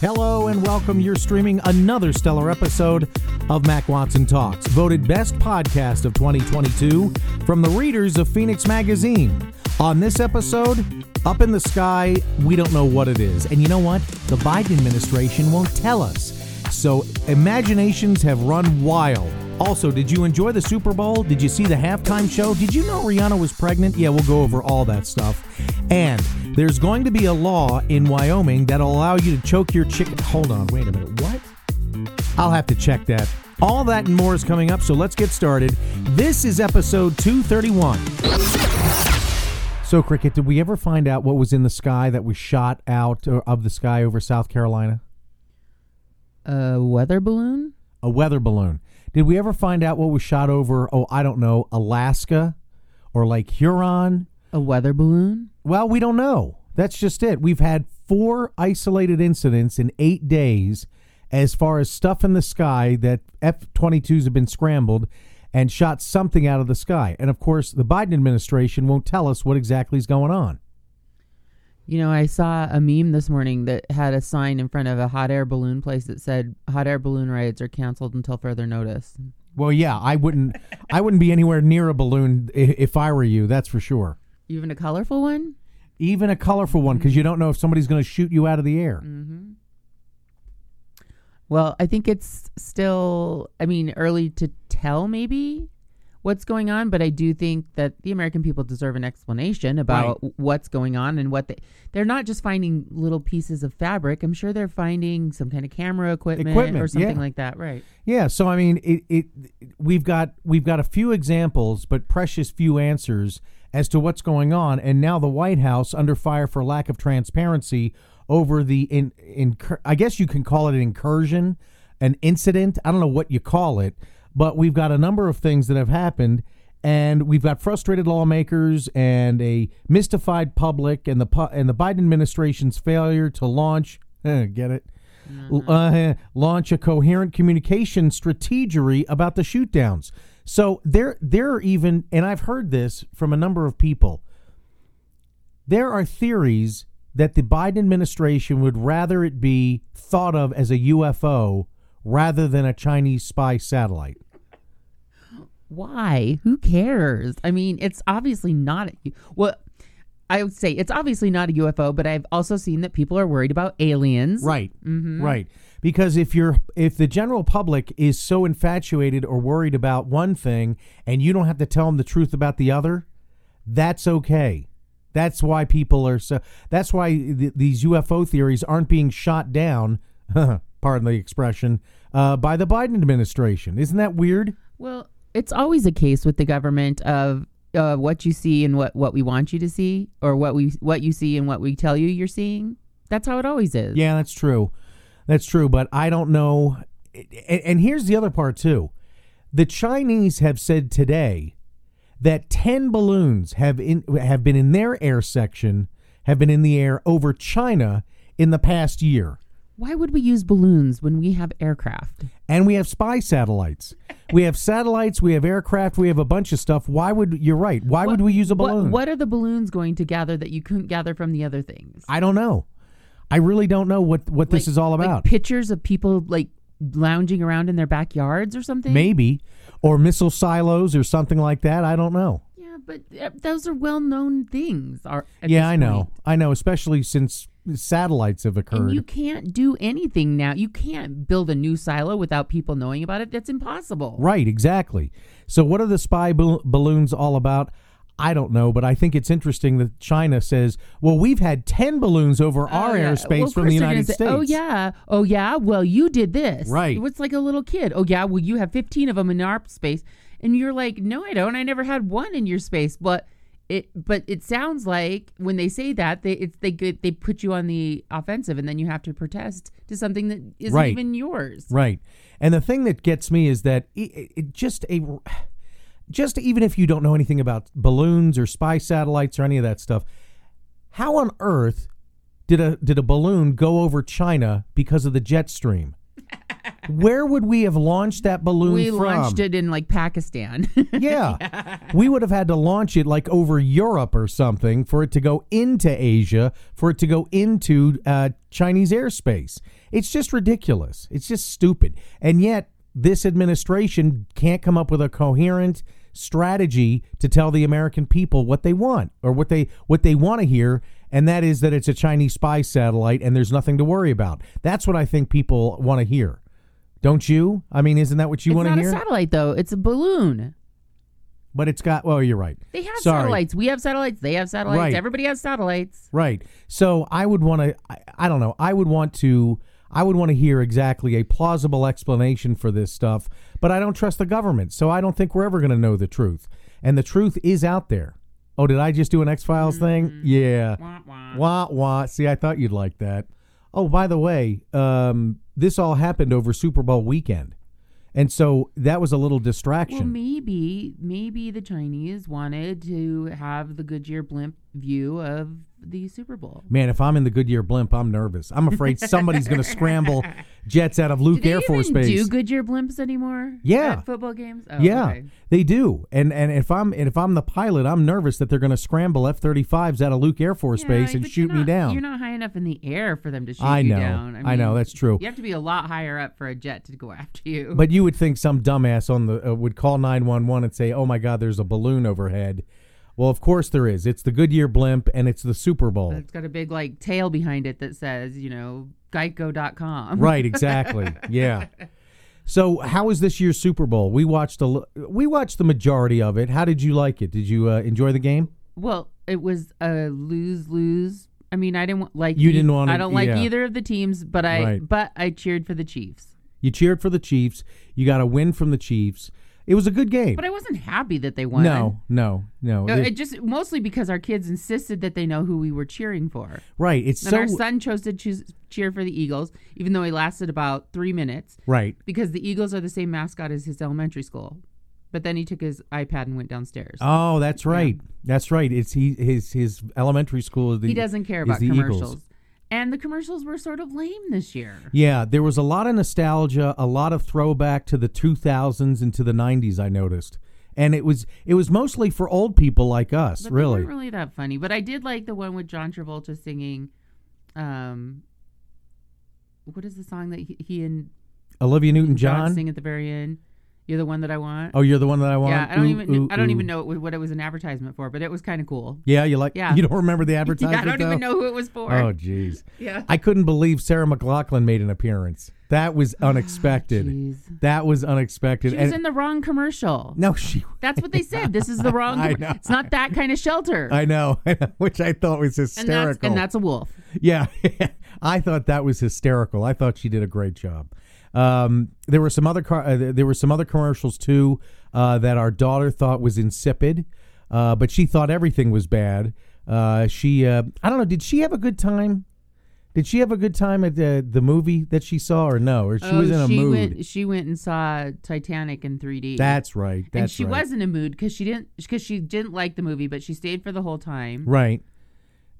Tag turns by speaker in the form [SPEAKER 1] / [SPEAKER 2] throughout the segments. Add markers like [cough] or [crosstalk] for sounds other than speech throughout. [SPEAKER 1] Hello and welcome. You're streaming another stellar episode of Mac Watson Talks, voted best podcast of 2022 from the readers of Phoenix Magazine. On this episode, up in the sky, we don't know what it is. And you know what? The Biden administration won't tell us. So imaginations have run wild. Also, did you enjoy the Super Bowl? Did you see the halftime show? Did you know Rihanna was pregnant? Yeah, we'll go over all that stuff. And there's going to be a law in Wyoming that'll allow you to choke your chicken. Hold on, wait a minute. What? I'll have to check that. All that and more is coming up, so let's get started. This is episode 231. So, Cricket, did we ever find out what was in the sky that was shot out uh, of the sky over South Carolina?
[SPEAKER 2] A weather balloon?
[SPEAKER 1] a weather balloon. Did we ever find out what was shot over, oh, I don't know, Alaska or Lake Huron?
[SPEAKER 2] A weather balloon?
[SPEAKER 1] Well, we don't know. That's just it. We've had four isolated incidents in eight days as far as stuff in the sky that F 22s have been scrambled and shot something out of the sky. And of course, the Biden administration won't tell us what exactly is going on.
[SPEAKER 2] You know, I saw a meme this morning that had a sign in front of a hot air balloon place that said hot air balloon rides are canceled until further notice.
[SPEAKER 1] Well, yeah, I wouldn't I wouldn't be anywhere near a balloon i- if I were you, that's for sure.
[SPEAKER 2] Even a colorful one?
[SPEAKER 1] even a colorful one because you don't know if somebody's going to shoot you out of the air.
[SPEAKER 2] Mm-hmm. Well, I think it's still, I mean, early to tell maybe what's going on, but I do think that the American people deserve an explanation about what's going on and what they, they're not just finding little pieces of fabric. I'm sure they're finding some kind of camera equipment,
[SPEAKER 1] Equipment,
[SPEAKER 2] or something
[SPEAKER 1] yeah.
[SPEAKER 2] like that, right?
[SPEAKER 1] Yeah, so I mean, it, it we've got we've got a few examples, but precious few answers as to what's going on. And now the White House under fire for lack of transparency over the in, in I guess you can call it an incursion, an incident. I don't know what you call it, but we've got a number of things that have happened. and we've got frustrated lawmakers and a mystified public and the pu- and the Biden administration's failure to launch [laughs] eh, get it L- uh, launch a coherent communication strategery about the shoot downs. So there there are even and I've heard this from a number of people. There are theories that the Biden administration would rather it be thought of as a UFO rather than a Chinese spy satellite.
[SPEAKER 2] why? Who cares? I mean, it's obviously not. A, well, I would say it's obviously not a UFO, but I've also seen that people are worried about aliens.
[SPEAKER 1] Right. Right. Because if you're if the general public is so infatuated or worried about one thing and you don't have to tell them the truth about the other, that's okay. That's why people are so that's why th- these UFO theories aren't being shot down, [laughs] pardon the expression, uh, by the Biden administration. Isn't that weird?
[SPEAKER 2] Well, it's always a case with the government of uh, what you see and what what we want you to see, or what we what you see and what we tell you you're seeing. That's how it always is.
[SPEAKER 1] Yeah, that's true. That's true. But I don't know. And, and here's the other part, too. The Chinese have said today that 10 balloons have, in, have been in their air section, have been in the air over China in the past year.
[SPEAKER 2] Why would we use balloons when we have aircraft?
[SPEAKER 1] And we have spy satellites. We have satellites, we have aircraft, we have a bunch of stuff. Why would, you're right, why would we use a
[SPEAKER 2] What,
[SPEAKER 1] balloon?
[SPEAKER 2] what are the balloons going to gather that you couldn't gather from the other things?
[SPEAKER 1] I don't know. I really don't know what, what this
[SPEAKER 2] Like-
[SPEAKER 1] is all
[SPEAKER 2] like
[SPEAKER 1] about.
[SPEAKER 2] pictures of people like lounging around in their backyards or something.
[SPEAKER 1] Maybe. Or missile silos or something like that. I don't know.
[SPEAKER 2] Yeah, but uh, those are well-known things. Are at
[SPEAKER 1] yeah,
[SPEAKER 2] this
[SPEAKER 1] I know.
[SPEAKER 2] point.
[SPEAKER 1] I know, especially since satellites have
[SPEAKER 2] And
[SPEAKER 1] occurred.
[SPEAKER 2] you can't do anything now. You can't build a new silo without people knowing about it. That's impossible.
[SPEAKER 1] right, exactly. So, what are the spy bal- balloons all about? I don't know, but I think it's interesting that China says, well, we've had 10 balloons over our
[SPEAKER 2] Oh, yeah.
[SPEAKER 1] airspace
[SPEAKER 2] Well, of
[SPEAKER 1] from
[SPEAKER 2] course
[SPEAKER 1] the
[SPEAKER 2] they're gonna
[SPEAKER 1] United
[SPEAKER 2] say,
[SPEAKER 1] States.
[SPEAKER 2] Oh yeah, oh yeah. Well, you did this.
[SPEAKER 1] Right.
[SPEAKER 2] It's like a little kid. Oh yeah. Well, you have fifteen of them in our space, and you're like, no, I don't. I never had one in your space. But it, but it sounds like when they say that, they it's they get, they put you on the offensive, and then you have to protest to something that isn't
[SPEAKER 1] Right.
[SPEAKER 2] even yours.
[SPEAKER 1] Right. And the thing that gets me is that i it, it just a just even if you don't know anything about balloons or spy satellites or any of that stuff, how on
[SPEAKER 2] [laughs]
[SPEAKER 1] earth did a did a balloon go over China because of the jet stream? Where would we have launched that balloon
[SPEAKER 2] we
[SPEAKER 1] from?
[SPEAKER 2] launched it in like Pakistan. [laughs]
[SPEAKER 1] [laughs] Yeah. We would have had to launch it like over Europe or something for it to go into Asia, for it to go into uh, Chinese airspace. It's just ridiculous. It's just stupid. And yet, this administration can't come up with a coherent strategy to tell the American people what they want or what they what they want to hear and that is that it's a Chinese spy satellite and there's nothing to worry about. That's what I think people want to hear. Don't you? I mean, isn't that what you
[SPEAKER 2] it's
[SPEAKER 1] want to
[SPEAKER 2] not
[SPEAKER 1] hear?
[SPEAKER 2] a satellite though. It's a balloon.
[SPEAKER 1] but it's got well, you're right.
[SPEAKER 2] They have
[SPEAKER 1] Sorry.
[SPEAKER 2] satellites. We have satellites. They have satellites.
[SPEAKER 1] Right.
[SPEAKER 2] Everybody has satellites.
[SPEAKER 1] Right. So I would want to. I, I don't know. I would want to. I would want to hear exactly a plausible explanation for this stuff. But I don't trust the government, so I don't think we're ever going to know the truth. And the truth is out there. Oh, did I just do an X Files thing? Yeah. Wah wah. See, I thought you'd like that. Oh, by the way, um, this all happened over Super Bowl weekend, and so that was a little distraction.
[SPEAKER 2] Well, maybe, maybe the Chinese wanted to have the Goodyear blimp view of the Super Bowl.
[SPEAKER 1] Man, if I'm in the Goodyear blimp, I'm nervous. I'm afraid somebody's going to
[SPEAKER 2] [laughs]
[SPEAKER 1] scramble jets out of
[SPEAKER 2] Do
[SPEAKER 1] Luke
[SPEAKER 2] they
[SPEAKER 1] Air Force
[SPEAKER 2] even
[SPEAKER 1] Base.
[SPEAKER 2] do Goodyear blimps anymore?
[SPEAKER 1] Yeah.
[SPEAKER 2] At football games. Oh,
[SPEAKER 1] yeah,
[SPEAKER 2] okay.
[SPEAKER 1] they do. And and if I'm and if I'm the pilot, I'm nervous that they're going to scramble F-35s out of Luke Air Force
[SPEAKER 2] Yeah,
[SPEAKER 1] Base and
[SPEAKER 2] but
[SPEAKER 1] shoot
[SPEAKER 2] you're
[SPEAKER 1] me
[SPEAKER 2] not-
[SPEAKER 1] down.
[SPEAKER 2] You're not high enough in the air for them to shoot
[SPEAKER 1] I
[SPEAKER 2] you
[SPEAKER 1] know.
[SPEAKER 2] down.
[SPEAKER 1] I know, that's true.
[SPEAKER 2] You have to be a lot higher up for a jet to go after you.
[SPEAKER 1] but you would think some dumbass on the uh, would call 911 and say, "Oh my God, there's a balloon overhead." Well, of course there is. It's the Goodyear blimp, and it's the Super Bowl.
[SPEAKER 2] it's got a big like tail behind it that says, you know, Geico.com.
[SPEAKER 1] Right, exactly. yeah. So, how was this year's Super Bowl? We watched a l- we watched the majority of it. How did you like it? Did you uh, enjoy the game?
[SPEAKER 2] Well, it was a lose lose. I mean, I didn't wa- like
[SPEAKER 1] You
[SPEAKER 2] e-
[SPEAKER 1] didn't wanna-
[SPEAKER 2] I don't like
[SPEAKER 1] yeah.
[SPEAKER 2] either of the teams, but I
[SPEAKER 1] Right.
[SPEAKER 2] but I cheered for the Chiefs.
[SPEAKER 1] You cheered for the Chiefs. You got a win from the Chiefs. It was a good game.
[SPEAKER 2] But I wasn't happy that they won.
[SPEAKER 1] no, no, no.
[SPEAKER 2] Uh,
[SPEAKER 1] It-
[SPEAKER 2] It just mostly because our kids insisted that they know who we were cheering for.
[SPEAKER 1] right. It's
[SPEAKER 2] And
[SPEAKER 1] so
[SPEAKER 2] our son chose to choose, cheer for the Eagles, even though he lasted about three minutes,
[SPEAKER 1] right.
[SPEAKER 2] because the Eagles are the same mascot as his elementary school. But then he took his iPad and went downstairs.
[SPEAKER 1] Oh, that's right. That's right. It's he his his elementary school. is The,
[SPEAKER 2] he doesn't care
[SPEAKER 1] is
[SPEAKER 2] about
[SPEAKER 1] the Eagles.
[SPEAKER 2] commercials. And the commercials were sort of lame this year.
[SPEAKER 1] Yeah, there was a lot of nostalgia, a lot of throwback to the 2000s and to the 90s. I noticed, and it was it was mostly for old people like us,
[SPEAKER 2] But
[SPEAKER 1] really.
[SPEAKER 2] They weren't really that funny. But I did like the one with John Travolta singing. Um, what is the song that he, he and
[SPEAKER 1] Olivia Newton
[SPEAKER 2] John
[SPEAKER 1] John.
[SPEAKER 2] sing at the very end? You're the one that I want.
[SPEAKER 1] Oh, you're the one that I want.
[SPEAKER 2] yeah, I don't
[SPEAKER 1] Ooh,
[SPEAKER 2] even
[SPEAKER 1] ooh,
[SPEAKER 2] I don't
[SPEAKER 1] ooh.
[SPEAKER 2] even know what it was an advertisement for, but it was kind of cool.
[SPEAKER 1] Yeah, you like.
[SPEAKER 2] [laughs] Yeah.
[SPEAKER 1] You don't remember the advertisement?
[SPEAKER 2] I don't even
[SPEAKER 1] though?
[SPEAKER 2] know who it was for.
[SPEAKER 1] Oh, jeez.
[SPEAKER 2] yeah.
[SPEAKER 1] I couldn't believe Sarah McLaughlin made an appearance. That was unexpected.
[SPEAKER 2] Ah, jeez.
[SPEAKER 1] that was unexpected.
[SPEAKER 2] She was
[SPEAKER 1] And-
[SPEAKER 2] in the wrong commercial.
[SPEAKER 1] [laughs] no, she.
[SPEAKER 2] That's what they said. This is the wrong.
[SPEAKER 1] I
[SPEAKER 2] commer-
[SPEAKER 1] know.
[SPEAKER 2] It's not that kind of shelter.
[SPEAKER 1] I know, [laughs] which I thought was
[SPEAKER 2] and
[SPEAKER 1] hysterical.
[SPEAKER 2] that's and that's a wolf.
[SPEAKER 1] Yeah, [laughs] I thought that was hysterical. I thought she did a great job. Um, there were some other car, uh, there were some other commercials too uh, that our daughter thought was insipid, uh, but she thought everything was bad. Uh, she, uh, I don't know, did she have a good time? Did she have a good time at the the movie that she saw, or no? Or she was in a
[SPEAKER 2] Oh, she
[SPEAKER 1] mood?
[SPEAKER 2] went. She went and saw Titanic in 3D.
[SPEAKER 1] that's right. That's
[SPEAKER 2] and she
[SPEAKER 1] right.
[SPEAKER 2] was in a mood because she didn't because she didn't like the movie, but she stayed for the whole time.
[SPEAKER 1] right,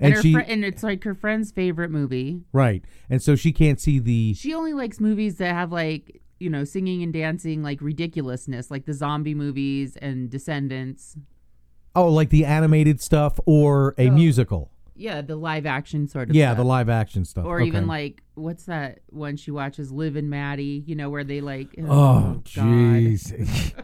[SPEAKER 2] And,
[SPEAKER 1] and,
[SPEAKER 2] her
[SPEAKER 1] she
[SPEAKER 2] fri- and it's like her friend's favorite movie.
[SPEAKER 1] right, and so she can't see the
[SPEAKER 2] She only likes movies that have like you know singing and dancing, like ridiculousness, like the zombie movies and Descendants.
[SPEAKER 1] oh, like the animated stuff or
[SPEAKER 2] Oh.
[SPEAKER 1] a musical.
[SPEAKER 2] Yeah, the live action sort of.
[SPEAKER 1] Yeah, the
[SPEAKER 2] stuff.
[SPEAKER 1] live action stuff,
[SPEAKER 2] or
[SPEAKER 1] Okay.
[SPEAKER 2] even like what's that one she watches, Live and Maddie? You know where they like.
[SPEAKER 1] Oh,
[SPEAKER 2] God. [laughs]
[SPEAKER 1] jeez.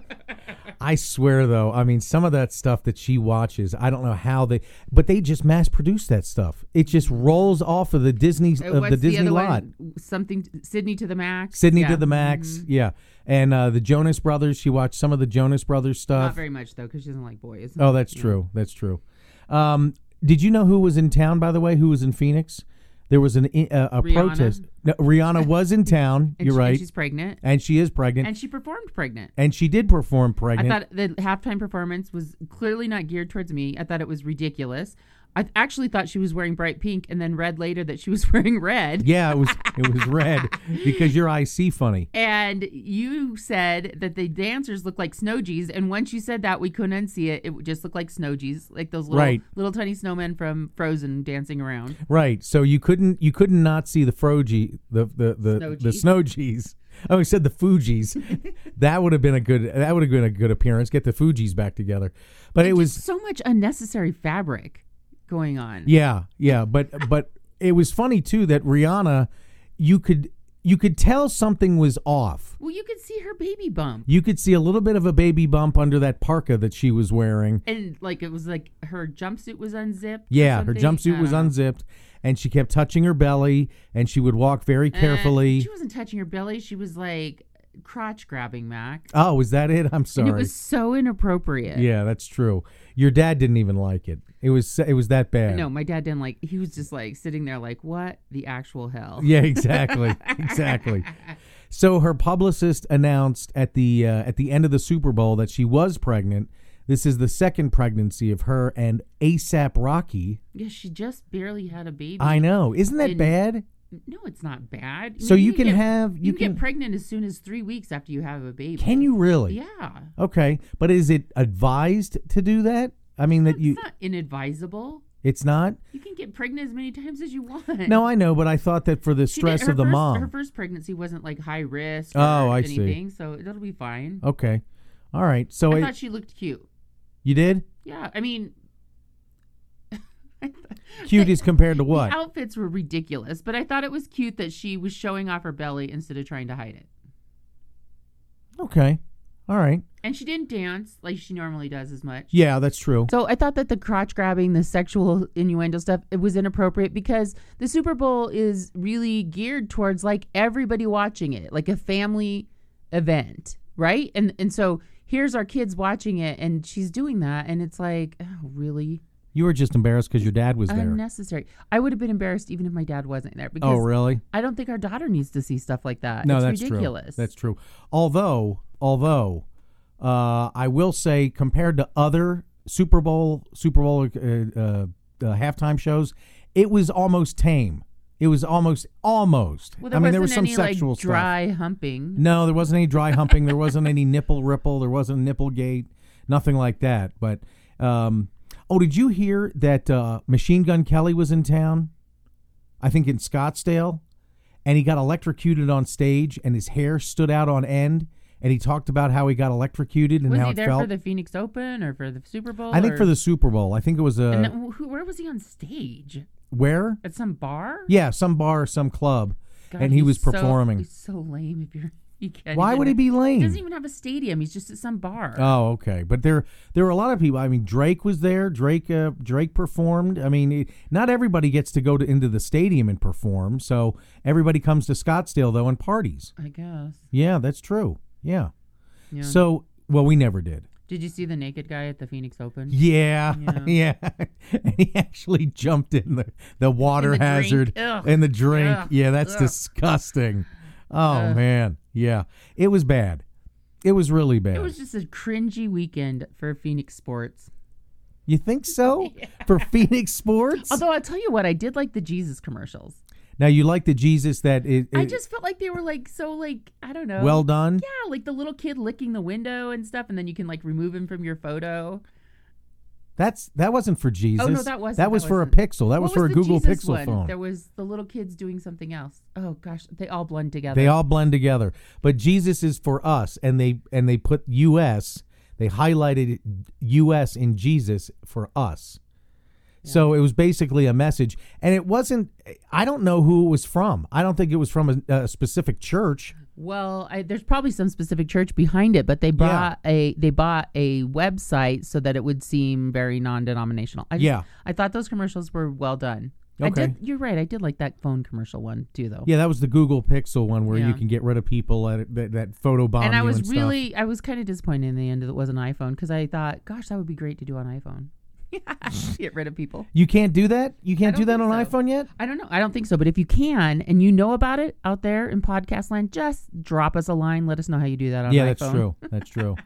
[SPEAKER 1] I swear, though, I mean, some of that stuff that she watches, I don't know how they, but they just mass produce that stuff. It just rolls off of the Disney
[SPEAKER 2] Uh,
[SPEAKER 1] of
[SPEAKER 2] what's
[SPEAKER 1] the Disney
[SPEAKER 2] other
[SPEAKER 1] lot.
[SPEAKER 2] One? Something Sydney to the max.
[SPEAKER 1] Sydney
[SPEAKER 2] Yeah. Mm-hmm.
[SPEAKER 1] to the max, yeah, and uh, the Jonas Brothers. She watched some of the Jonas Brothers
[SPEAKER 2] Not
[SPEAKER 1] stuff.
[SPEAKER 2] very much though, because she doesn't like boys.
[SPEAKER 1] oh, that's true. That's true. Um, did you know who was in town? By the way, who was in Phoenix? There was an i- uh, a
[SPEAKER 2] Rihanna?
[SPEAKER 1] protest. No, Rihanna was
[SPEAKER 2] [laughs]
[SPEAKER 1] in town.
[SPEAKER 2] And
[SPEAKER 1] you're
[SPEAKER 2] she- and
[SPEAKER 1] right,
[SPEAKER 2] she's pregnant.
[SPEAKER 1] and she is pregnant, and,
[SPEAKER 2] and she performed pregnant.
[SPEAKER 1] she did perform
[SPEAKER 2] I
[SPEAKER 1] pregnant.
[SPEAKER 2] thought the halftime performance was clearly not geared towards me. I thought it was ridiculous. I actually thought she was wearing bright pink and then read later that she was [laughs] wearing red.
[SPEAKER 1] Yeah, it was it was
[SPEAKER 2] [laughs]
[SPEAKER 1] red because your eyes see funny.
[SPEAKER 2] And you said that the dancers looked like snowgies, and once you said that, we couldn't unsee it. It just looked like snowgies, like those little
[SPEAKER 1] Right.
[SPEAKER 2] little tiny snowmen from Frozen dancing around.
[SPEAKER 1] Right. So you couldn't you couldn't not see the froji the the the
[SPEAKER 2] Snow
[SPEAKER 1] the
[SPEAKER 2] geese.
[SPEAKER 1] snow geese. Oh, he said the Fugees.
[SPEAKER 2] [laughs]
[SPEAKER 1] that would have been a good. That would have been a good appearance. Get the Fugees back together. But it was
[SPEAKER 2] so much unnecessary fabric going on.
[SPEAKER 1] Yeah, yeah, but but it was funny too that Rihanna, you could you could tell something was off.
[SPEAKER 2] Well, you could see her baby bump,
[SPEAKER 1] You could see a little bit of a baby bump under that parka that she was wearing.
[SPEAKER 2] and like it was like her jumpsuit was unzipped. or
[SPEAKER 1] Yeah, her
[SPEAKER 2] something.
[SPEAKER 1] jumpsuit
[SPEAKER 2] Oh. I
[SPEAKER 1] was
[SPEAKER 2] don't know.
[SPEAKER 1] unzipped, and she kept touching her belly, and she would walk very
[SPEAKER 2] Eh,
[SPEAKER 1] carefully.
[SPEAKER 2] she wasn't touching her belly. She was like crotch grabbing Mac,
[SPEAKER 1] oh, is that it? I'm
[SPEAKER 2] and
[SPEAKER 1] sorry.
[SPEAKER 2] it was so inappropriate.
[SPEAKER 1] yeah, that's true. Your dad didn't even like it. It was it was that bad.
[SPEAKER 2] No, my dad didn't like. He was just like sitting there, like, "What the actual hell?"
[SPEAKER 1] Yeah, exactly,
[SPEAKER 2] [laughs]
[SPEAKER 1] exactly. So her publicist announced at the uh, at the end of the Super Bowl that she was pregnant. This is the second pregnancy of her and ASAP Rocky.
[SPEAKER 2] Yeah, she just barely had a baby.
[SPEAKER 1] I know, isn't that
[SPEAKER 2] And-
[SPEAKER 1] bad?
[SPEAKER 2] no, it's not bad.
[SPEAKER 1] So you can
[SPEAKER 2] get-
[SPEAKER 1] have
[SPEAKER 2] you,
[SPEAKER 1] you
[SPEAKER 2] can,
[SPEAKER 1] can
[SPEAKER 2] get pregnant as soon as three weeks after you have a baby.
[SPEAKER 1] can you really?
[SPEAKER 2] Yeah,
[SPEAKER 1] Okay, but is it advised to do that? I mean that you
[SPEAKER 2] it's not inadvisable.
[SPEAKER 1] it's not.
[SPEAKER 2] You can get pregnant as many times as you want.
[SPEAKER 1] No, I know, but I thought that for the
[SPEAKER 2] She didn't-
[SPEAKER 1] stress
[SPEAKER 2] her
[SPEAKER 1] of the
[SPEAKER 2] first, Her
[SPEAKER 1] mom.
[SPEAKER 2] first pregnancy wasn't like high risk. Or
[SPEAKER 1] Oh, I see.
[SPEAKER 2] anything, So it'll be fine.
[SPEAKER 1] Okay, all right. So
[SPEAKER 2] I
[SPEAKER 1] it,
[SPEAKER 2] thought she looked cute.
[SPEAKER 1] you
[SPEAKER 2] [laughs]
[SPEAKER 1] did
[SPEAKER 2] Yeah, I mean,
[SPEAKER 1] cute as compared to what?
[SPEAKER 2] The outfits were ridiculous, but I thought it was cute that she was showing off her belly instead of trying to hide it.
[SPEAKER 1] Okay, all right.
[SPEAKER 2] And she didn't dance like she normally does as much.
[SPEAKER 1] Yeah, that's true.
[SPEAKER 2] So I thought that the crotch grabbing, the sexual innuendo stuff, it was inappropriate because the Super Bowl is really geared towards like everybody watching it, like a family event, right? And and so here's our kids watching it, and she's doing that, and it's like, oh, really
[SPEAKER 1] You were just embarrassed because your dad was there.
[SPEAKER 2] unnecessary. I would have been embarrassed even if my dad wasn't there because
[SPEAKER 1] Oh, really?
[SPEAKER 2] I don't think our daughter needs to see stuff like that.
[SPEAKER 1] No,
[SPEAKER 2] it's
[SPEAKER 1] that's
[SPEAKER 2] ridiculous.
[SPEAKER 1] true. That's true. Although, although, uh, I will say, compared to other Super Bowl Super Bowl uh, uh, uh, halftime shows, it was almost tame. It was almost almost. I
[SPEAKER 2] well, there
[SPEAKER 1] mean,
[SPEAKER 2] wasn't
[SPEAKER 1] there was some
[SPEAKER 2] any
[SPEAKER 1] sexual
[SPEAKER 2] like
[SPEAKER 1] stuff.
[SPEAKER 2] dry humping.
[SPEAKER 1] No, there wasn't any dry humping. there wasn't any nipple ripple. There wasn't nipple gate. Nothing like that. But um, oh, did you hear that uh, Machine Gun Kelly was in town? I think in Scottsdale, and he got electrocuted on stage, and his hair stood out on end, and he talked about how he got electrocuted and
[SPEAKER 2] Was
[SPEAKER 1] how
[SPEAKER 2] he
[SPEAKER 1] it
[SPEAKER 2] there
[SPEAKER 1] felt.
[SPEAKER 2] for the Phoenix Open or for the Super Bowl?
[SPEAKER 1] I think
[SPEAKER 2] or-
[SPEAKER 1] for the uh, Super Bowl. I think it was a
[SPEAKER 2] And then, who, where was he on stage?
[SPEAKER 1] where?
[SPEAKER 2] At some bar?
[SPEAKER 1] Yeah, some bar, or some club,
[SPEAKER 2] God,
[SPEAKER 1] and he
[SPEAKER 2] he's
[SPEAKER 1] was
[SPEAKER 2] so-
[SPEAKER 1] performing.
[SPEAKER 2] he's so lame. If you're, [laughs] you can't.
[SPEAKER 1] Why
[SPEAKER 2] even-
[SPEAKER 1] would he be lame?
[SPEAKER 2] He doesn't even have a stadium. He's just at some bar.
[SPEAKER 1] Oh, okay. But there there were a lot of people. I mean, Drake was there. Drake uh, Drake performed. I mean, it, not everybody gets to go to into the stadium and perform. So everybody comes to Scottsdale though and parties.
[SPEAKER 2] I guess.
[SPEAKER 1] Yeah, that's true. Yeah.
[SPEAKER 2] Yeah.
[SPEAKER 1] So well, we never did.
[SPEAKER 2] Did you see the naked guy at the Phoenix Open?
[SPEAKER 1] Yeah, [laughs] yeah. and he actually jumped in the the water
[SPEAKER 2] drink.
[SPEAKER 1] hazard
[SPEAKER 2] Ugh.
[SPEAKER 1] and the drink.
[SPEAKER 2] Ugh.
[SPEAKER 1] Yeah, that's
[SPEAKER 2] Ugh.
[SPEAKER 1] disgusting. Oh man, yeah. It was bad. It was really bad.
[SPEAKER 2] It was just a cringy weekend for Phoenix sports.
[SPEAKER 1] You think
[SPEAKER 2] [laughs]
[SPEAKER 1] so? For Phoenix Sports?
[SPEAKER 2] Although I'll tell you what, I did like the Jesus commercials.
[SPEAKER 1] now you like the Jesus that it,
[SPEAKER 2] I
[SPEAKER 1] it-
[SPEAKER 2] just felt like they were like so like I don't know.
[SPEAKER 1] well done.
[SPEAKER 2] yeah, like the little kid licking the window and stuff, and then you can like remove him from your photo.
[SPEAKER 1] That's that wasn't for Jesus.
[SPEAKER 2] Oh, that wasn't-
[SPEAKER 1] That
[SPEAKER 2] that
[SPEAKER 1] was for a
[SPEAKER 2] wasn't.
[SPEAKER 1] Pixel. That was
[SPEAKER 2] What
[SPEAKER 1] for a
[SPEAKER 2] the
[SPEAKER 1] Google
[SPEAKER 2] Jesus
[SPEAKER 1] Pixel
[SPEAKER 2] one?
[SPEAKER 1] phone.
[SPEAKER 2] There was the little kids doing something else. Oh gosh, they all blend together.
[SPEAKER 1] They all blend together. But Jesus is for us and they and they put US, they highlighted US in Jesus for us. So it was basically a message and it wasn't I don't know who it was from. I don't think it was from a, a specific church.
[SPEAKER 2] Well, I, there's probably some specific church behind it, but they bought a they bought a website so that it would seem very non-denominational. I just-
[SPEAKER 1] Yeah.
[SPEAKER 2] I thought those commercials were well done. I
[SPEAKER 1] Okay.
[SPEAKER 2] did, you're right. I did like that phone commercial one too, though.
[SPEAKER 1] Yeah, that was the Google Pixel one where
[SPEAKER 2] Yeah.
[SPEAKER 1] you can get rid of people that that, that photobomb
[SPEAKER 2] and I
[SPEAKER 1] you
[SPEAKER 2] was
[SPEAKER 1] and stuff.
[SPEAKER 2] really, I was kind of disappointed in the end that it was an iPhone because I thought, gosh, that would be great to do on iPhone. [laughs]
[SPEAKER 1] Mm.
[SPEAKER 2] Get rid of people.
[SPEAKER 1] You can't do that? You can't
[SPEAKER 2] don't
[SPEAKER 1] do that
[SPEAKER 2] think
[SPEAKER 1] on
[SPEAKER 2] so.
[SPEAKER 1] iPhone yet?
[SPEAKER 2] I don't know. I don't think so. But if you can and you know about it out there in podcast land, just drop us a line. Let us know how you do that on
[SPEAKER 1] yeah,
[SPEAKER 2] iPhone.
[SPEAKER 1] that's true.
[SPEAKER 3] [laughs]
[SPEAKER 1] That's true.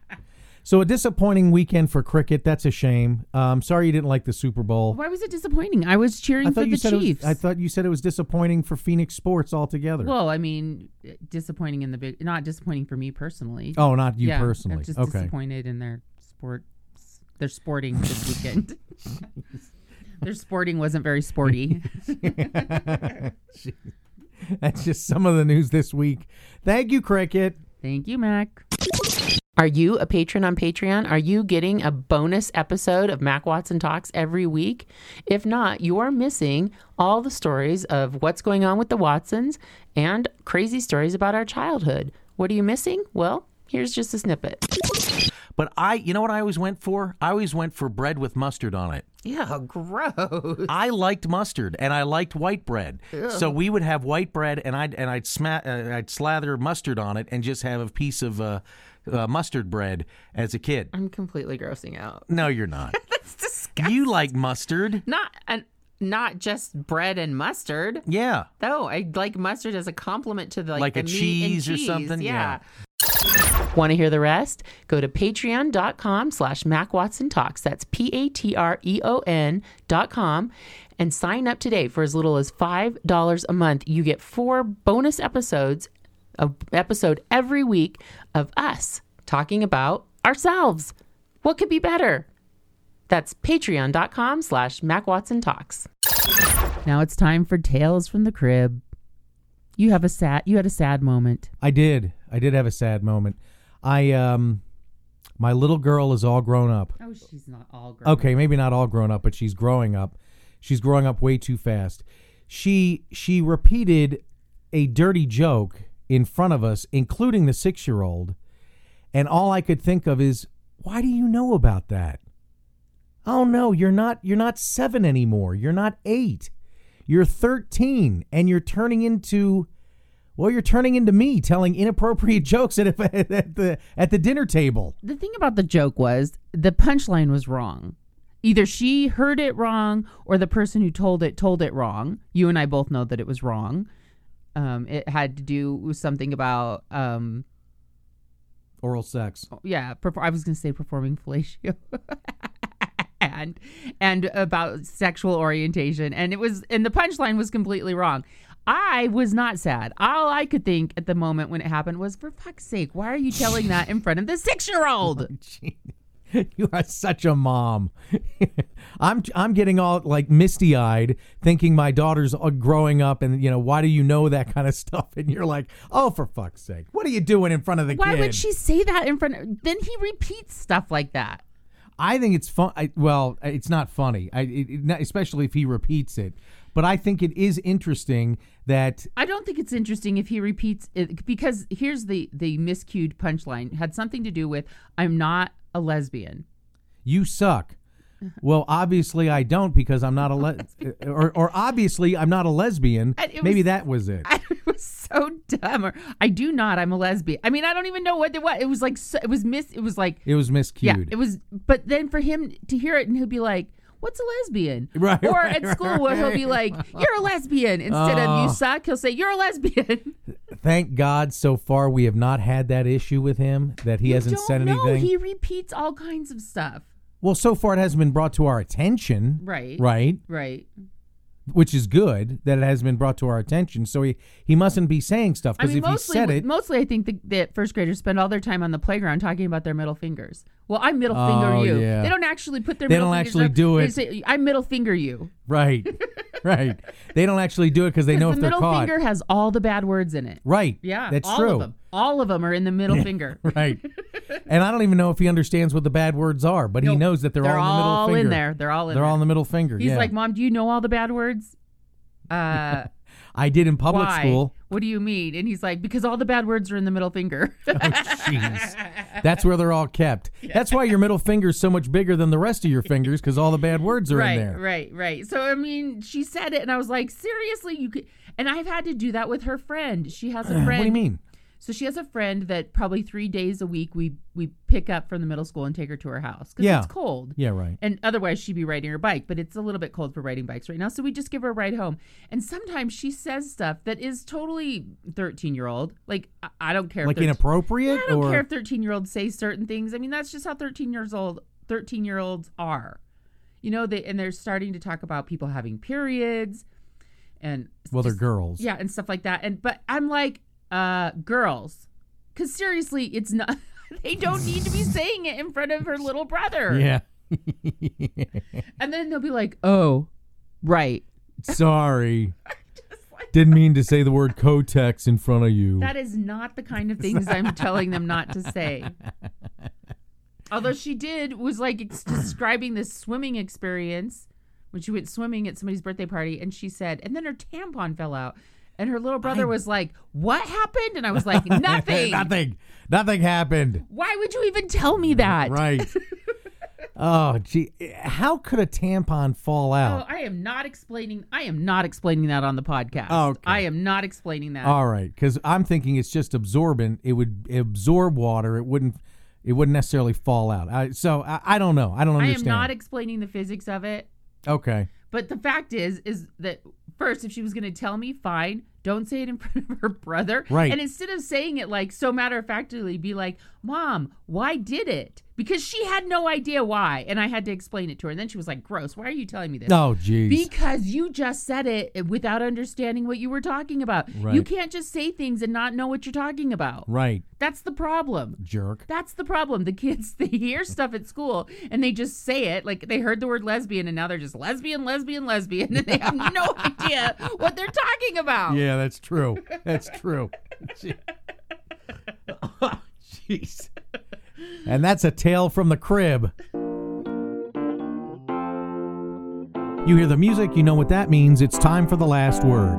[SPEAKER 1] so a disappointing weekend for cricket. That's a shame. Um, sorry you didn't like the Super Bowl.
[SPEAKER 2] Why was it disappointing? I was cheering
[SPEAKER 1] I
[SPEAKER 2] for
[SPEAKER 1] thought
[SPEAKER 2] the
[SPEAKER 1] you said it
[SPEAKER 2] Chiefs.
[SPEAKER 1] was, I thought you said it was disappointing for Phoenix sports altogether.
[SPEAKER 2] well, I mean, eh, disappointing in the big, not disappointing for me personally.
[SPEAKER 1] oh, not you
[SPEAKER 2] yeah,
[SPEAKER 1] personally.
[SPEAKER 2] I'm just
[SPEAKER 1] okay.
[SPEAKER 2] disappointed in their sports. Their sporting this
[SPEAKER 1] [laughs]
[SPEAKER 2] weekend. [laughs] their sporting wasn't
[SPEAKER 1] [laughs]
[SPEAKER 2] very sporty.
[SPEAKER 1] That's just some of the news this week. Thank you, Cricket.
[SPEAKER 2] Thank you, Mac.
[SPEAKER 4] Are you a patron on Patreon? Are you getting a bonus episode of Mac Watson Talks every week? If not, you are missing all the stories of what's going on with the Watsons and crazy stories about our childhood. What are you missing? Well, here's just a snippet.
[SPEAKER 3] But I, you know what I always went for? I always went for bread with mustard on it.
[SPEAKER 4] Yeah, [laughs] gross.
[SPEAKER 3] I liked mustard and I liked white bread. So we would have white bread and I'd and I'd sma- uh, I'd slather mustard on it and just have a piece of uh, uh, mustard bread as a kid.
[SPEAKER 4] I'm completely grossing out.
[SPEAKER 3] No, you're not.
[SPEAKER 4] [laughs] That's disgusting.
[SPEAKER 3] you like mustard?
[SPEAKER 4] Not an, not just bread and mustard.
[SPEAKER 3] Yeah.
[SPEAKER 4] No, Oh, I like mustard as a compliment to the like,
[SPEAKER 3] Like
[SPEAKER 4] the
[SPEAKER 3] a
[SPEAKER 4] meat and
[SPEAKER 3] cheese or
[SPEAKER 4] cheese.
[SPEAKER 3] something?
[SPEAKER 4] Yeah. Want to hear the rest? Go to patreon.com slash macwatsontalks. That's P-A-T-R-E-O-N E dot com. And sign up today for as little as $5 a month. You get four bonus episodes, a episode every week of us talking about ourselves. What could be better? That's patreon.com slash macwatsontalks.
[SPEAKER 2] Now it's time for Tales from the Crib. You have a sad you had a sad moment.
[SPEAKER 1] I did. I did have a sad moment. I um my little girl is all grown up.
[SPEAKER 2] Oh, she's not all grown.
[SPEAKER 1] Okay, maybe not all grown up, but she's growing up. She's growing up way too fast. She she repeated a dirty joke in front of us, including the 6-year-old, and all I could think of is, "Why do you know about that?" "Oh no, you're not you're not 7 anymore. You're not 8. You're 13 and you're turning into well, you're turning into me telling inappropriate [laughs] jokes at, a, at the at the dinner table.
[SPEAKER 2] The thing about the joke was the punchline was wrong. Either she heard it wrong or the person who told it told it wrong. You and I both know that it was wrong. Um, it had to do with something about um,
[SPEAKER 1] Oral sex.
[SPEAKER 2] yeah, perfor- I was going to say performing fellatio. [laughs] and and about sexual orientation and it was and the punchline was completely wrong. I was not sad. All I could think at the moment when it happened was for fuck's sake, why are you telling that in front of the 6-year-old?
[SPEAKER 1] [laughs] you are such a mom. [laughs] I'm I'm getting all like misty eyed, thinking my daughter's uh, growing up, and you know why do you know that kind of [laughs] stuff? And you're like, oh for fuck's sake, what are you doing in front of the
[SPEAKER 2] Why
[SPEAKER 1] kid?
[SPEAKER 2] would she say that in front of then he repeats stuff like that.
[SPEAKER 1] I think it's fun. I, well, it's not funny, I, it, it- not- especially if he repeats it. But I think it is interesting that
[SPEAKER 2] I don't think it's interesting if he repeats it because here's the the miscued punchline had something to do with I'm not a lesbian.
[SPEAKER 1] you suck. Well, obviously I don't because I'm not a
[SPEAKER 2] [laughs]
[SPEAKER 1] le- or or obviously I'm not a lesbian.
[SPEAKER 2] And it
[SPEAKER 1] Maybe
[SPEAKER 2] was-
[SPEAKER 1] that was it.
[SPEAKER 2] I, [laughs] it was so dumb. Or I do not. I'm a lesbian. I mean, I don't even know what it was. It was like so, it was miss. It was like
[SPEAKER 1] it was miscued.
[SPEAKER 2] yeah. It was. But then for him to hear it and he'll be like, "What's a lesbian?"
[SPEAKER 1] [laughs] Right,
[SPEAKER 2] Or
[SPEAKER 1] right,
[SPEAKER 2] at school where he'll be like, "You're a lesbian." Instead of
[SPEAKER 1] Oh.
[SPEAKER 2] "You suck," he'll say, "You're a lesbian." [laughs]
[SPEAKER 1] Thank God so far we have not had that issue with him that he hasn't
[SPEAKER 2] don't
[SPEAKER 1] said
[SPEAKER 2] know.
[SPEAKER 1] anything.
[SPEAKER 2] He repeats all kinds of stuff.
[SPEAKER 1] well, so far it hasn't been brought to our attention,
[SPEAKER 2] Right.
[SPEAKER 1] right?
[SPEAKER 2] Right.
[SPEAKER 1] Which is good that it hasn't been brought to our attention. So he, he mustn't be saying stuff
[SPEAKER 2] I
[SPEAKER 1] because
[SPEAKER 2] mean,
[SPEAKER 1] if
[SPEAKER 2] mostly,
[SPEAKER 1] he said it,
[SPEAKER 2] mostly I think the, that first graders spend all their time on the playground talking about their middle fingers. Well, I middle finger
[SPEAKER 1] Oh,
[SPEAKER 2] you.
[SPEAKER 1] yeah.
[SPEAKER 2] They don't actually put their
[SPEAKER 1] They
[SPEAKER 2] middle
[SPEAKER 1] don't
[SPEAKER 2] fingers
[SPEAKER 1] actually
[SPEAKER 2] up.
[SPEAKER 1] do
[SPEAKER 2] They
[SPEAKER 1] it.
[SPEAKER 2] say, I middle finger you.
[SPEAKER 1] [laughs] right, right, they don't actually do it because they know if
[SPEAKER 2] Because the
[SPEAKER 1] they're
[SPEAKER 2] middle
[SPEAKER 1] caught.
[SPEAKER 2] finger has all the bad words in it.
[SPEAKER 1] right.
[SPEAKER 2] Yeah,
[SPEAKER 1] that's
[SPEAKER 2] all
[SPEAKER 1] true.
[SPEAKER 2] Of them. All of them are in the middle finger.
[SPEAKER 1] [laughs]
[SPEAKER 2] [laughs]
[SPEAKER 1] Right. and I don't even know if he understands what the bad words are, but he
[SPEAKER 2] Nope.
[SPEAKER 1] knows that [laughs] they're,
[SPEAKER 2] They're
[SPEAKER 1] all in
[SPEAKER 2] all
[SPEAKER 1] the middle finger.
[SPEAKER 2] in there. They're all in
[SPEAKER 1] They're
[SPEAKER 2] there.
[SPEAKER 1] all in the middle finger.
[SPEAKER 2] He's
[SPEAKER 1] yeah.
[SPEAKER 2] like, Mom, do you know all the
[SPEAKER 1] [laughs]
[SPEAKER 2] bad words? Uh,
[SPEAKER 1] I did in public
[SPEAKER 2] why?
[SPEAKER 1] school.
[SPEAKER 2] What do you mean? And he's like, Because all the bad words are in the middle
[SPEAKER 1] [laughs]
[SPEAKER 2] finger.
[SPEAKER 1] Jeez. That's where they're all kept. That's why your middle finger's so much bigger than the rest of your fingers because all the bad words are
[SPEAKER 2] right,
[SPEAKER 1] in there.
[SPEAKER 2] right, right. So I mean, she said it, and I was like, seriously, you could. And I've had to do that with her friend. She has a friend.
[SPEAKER 1] What do you mean?
[SPEAKER 2] So she has a friend that probably three days a week we we pick up from the middle school and take her to her house because
[SPEAKER 1] Yeah.
[SPEAKER 2] it's cold.
[SPEAKER 1] Yeah, right.
[SPEAKER 2] And otherwise, she'd be riding her bike, but it's a little bit cold for riding bikes right now. So we just give her a ride home. And sometimes she says stuff that is totally 13 year old. Like, I, I don't care. if
[SPEAKER 1] Like
[SPEAKER 2] 13
[SPEAKER 1] inappropriate
[SPEAKER 2] I don't
[SPEAKER 1] or
[SPEAKER 2] care if 13 year olds say certain things. I mean, that's just how 13 years old 13 year olds are. You know, they and they're starting to talk about people having periods and
[SPEAKER 1] well, they're
[SPEAKER 2] just-
[SPEAKER 1] girls.
[SPEAKER 2] Yeah, and stuff like that. And but I'm like, uh, girls. Cuz seriously, it's not [laughs] they don't need to be saying it in front of her little brother.
[SPEAKER 1] Yeah.
[SPEAKER 2] [laughs] And then they'll be like, "Oh, right."
[SPEAKER 1] Sorry. Didn't mean to say the word Kotex in front of you.
[SPEAKER 2] That is not the kind of things
[SPEAKER 1] [laughs]
[SPEAKER 2] I'm telling them not to say. Although she did was
[SPEAKER 1] [clears throat]
[SPEAKER 2] like ex- describing this swimming experience when she went swimming at somebody's birthday party, and she said, and then her tampon fell out, and her little brother was like, "What happened?" And I
[SPEAKER 1] [laughs]
[SPEAKER 2] was like, "Nothing.
[SPEAKER 1] nothing. Nothing happened.
[SPEAKER 2] Why would you even tell me that?" [laughs]
[SPEAKER 1] Right. oh, gee. How could a tampon fall
[SPEAKER 2] Oh,
[SPEAKER 1] out?
[SPEAKER 2] I am not explaining. I am not explaining that on the podcast.
[SPEAKER 1] Oh, okay. Oh,
[SPEAKER 2] I am not explaining that.
[SPEAKER 1] All right, because I'm thinking it's just absorbent. It would absorb water. It wouldn't. It wouldn't necessarily fall out. I, so I, I don't know. I don't
[SPEAKER 2] I
[SPEAKER 1] understand.
[SPEAKER 2] am not explaining the physics of it.
[SPEAKER 1] okay.
[SPEAKER 2] But the fact is, is that first, if she was going to tell me, fine, don't say it in [laughs] front of her brother.
[SPEAKER 1] Right.
[SPEAKER 2] And instead of saying it like so matter of factly, be like, Mom, why did it? Because she had no idea why. And I had to explain it to her. And then she was like, Gross, why are you telling me this?
[SPEAKER 1] Oh, jeez.
[SPEAKER 2] Because you just said it eh, without understanding what you were talking about. You
[SPEAKER 1] Right.
[SPEAKER 2] can't just say things and not know what you're talking about.
[SPEAKER 1] right,
[SPEAKER 2] That's the problem.
[SPEAKER 1] jerk.
[SPEAKER 2] That's the problem. The kids [laughs] they hear stuff at school and they just say it like they heard the word lesbian and now they're just lesbian, lesbian, lesbian, [laughs] and they have no idea what they're talking about.
[SPEAKER 1] Yeah, that's true. That's true. [laughs] Gee. Oh, Jeez. and that's a tale from the crib. You hear the music, you know what that means. It's time for the last word.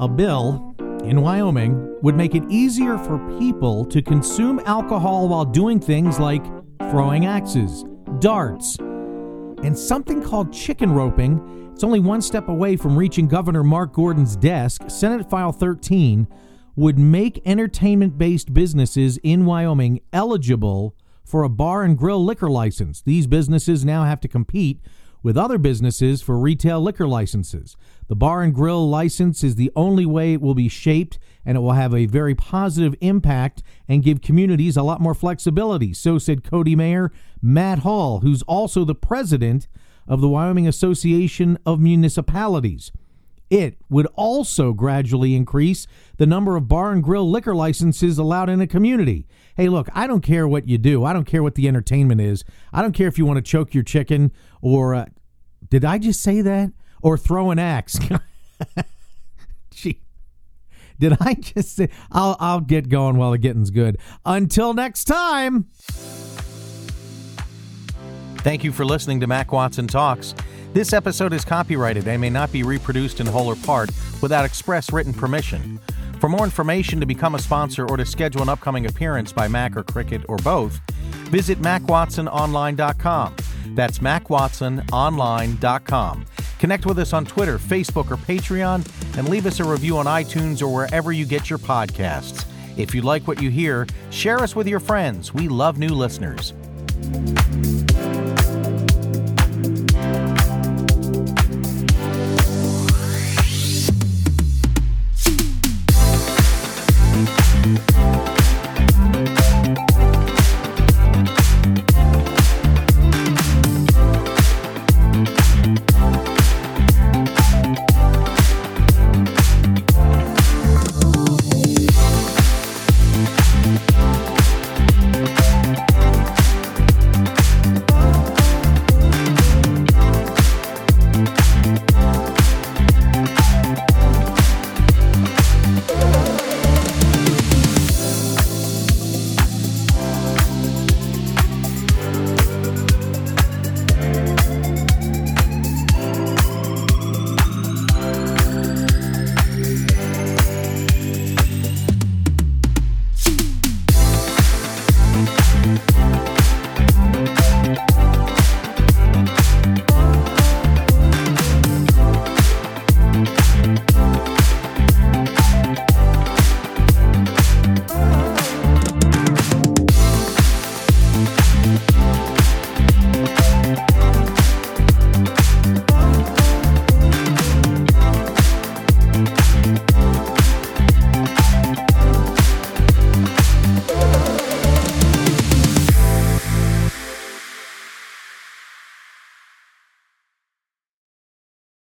[SPEAKER 1] A bill in Wyoming would make it easier for people to consume alcohol while doing things like throwing axes, darts, and something called chicken roping. It's only one step away from reaching Governor Mark Gordon's desk. Senate File 13 would make entertainment based businesses in Wyoming eligible for a bar and grill liquor license. These businesses now have to compete with other businesses for retail liquor licenses. The bar and grill license is the only way it will be shaped, and it will have a very positive impact and give communities a lot more flexibility. So said Cody Mayor Matt Hall, who's also the president of the Wyoming Association of Municipalities. It would also gradually increase the number of bar and grill liquor licenses allowed in a community. Hey, look, I don't care what you do. I don't care what the entertainment is. I don't care if you want to choke your chicken or, uh, did I just say that? Or throw an axe. [laughs] Gee. Did I just say? I'll, I'll get going while the getting's good. Until next time.
[SPEAKER 3] Thank you for listening to Mac Watson Talks. This episode is copyrighted and may not be reproduced in whole or part without express written permission. For more information to become a sponsor or to schedule an upcoming appearance by Mac or Cricket or both, visit MacWatsonOnline.com. That's MacWatsonOnline.com. Connect with us on Twitter, Facebook, or Patreon, and leave us a review on iTunes or wherever you get your podcasts. If you like what you hear, share us with your friends. We love new listeners.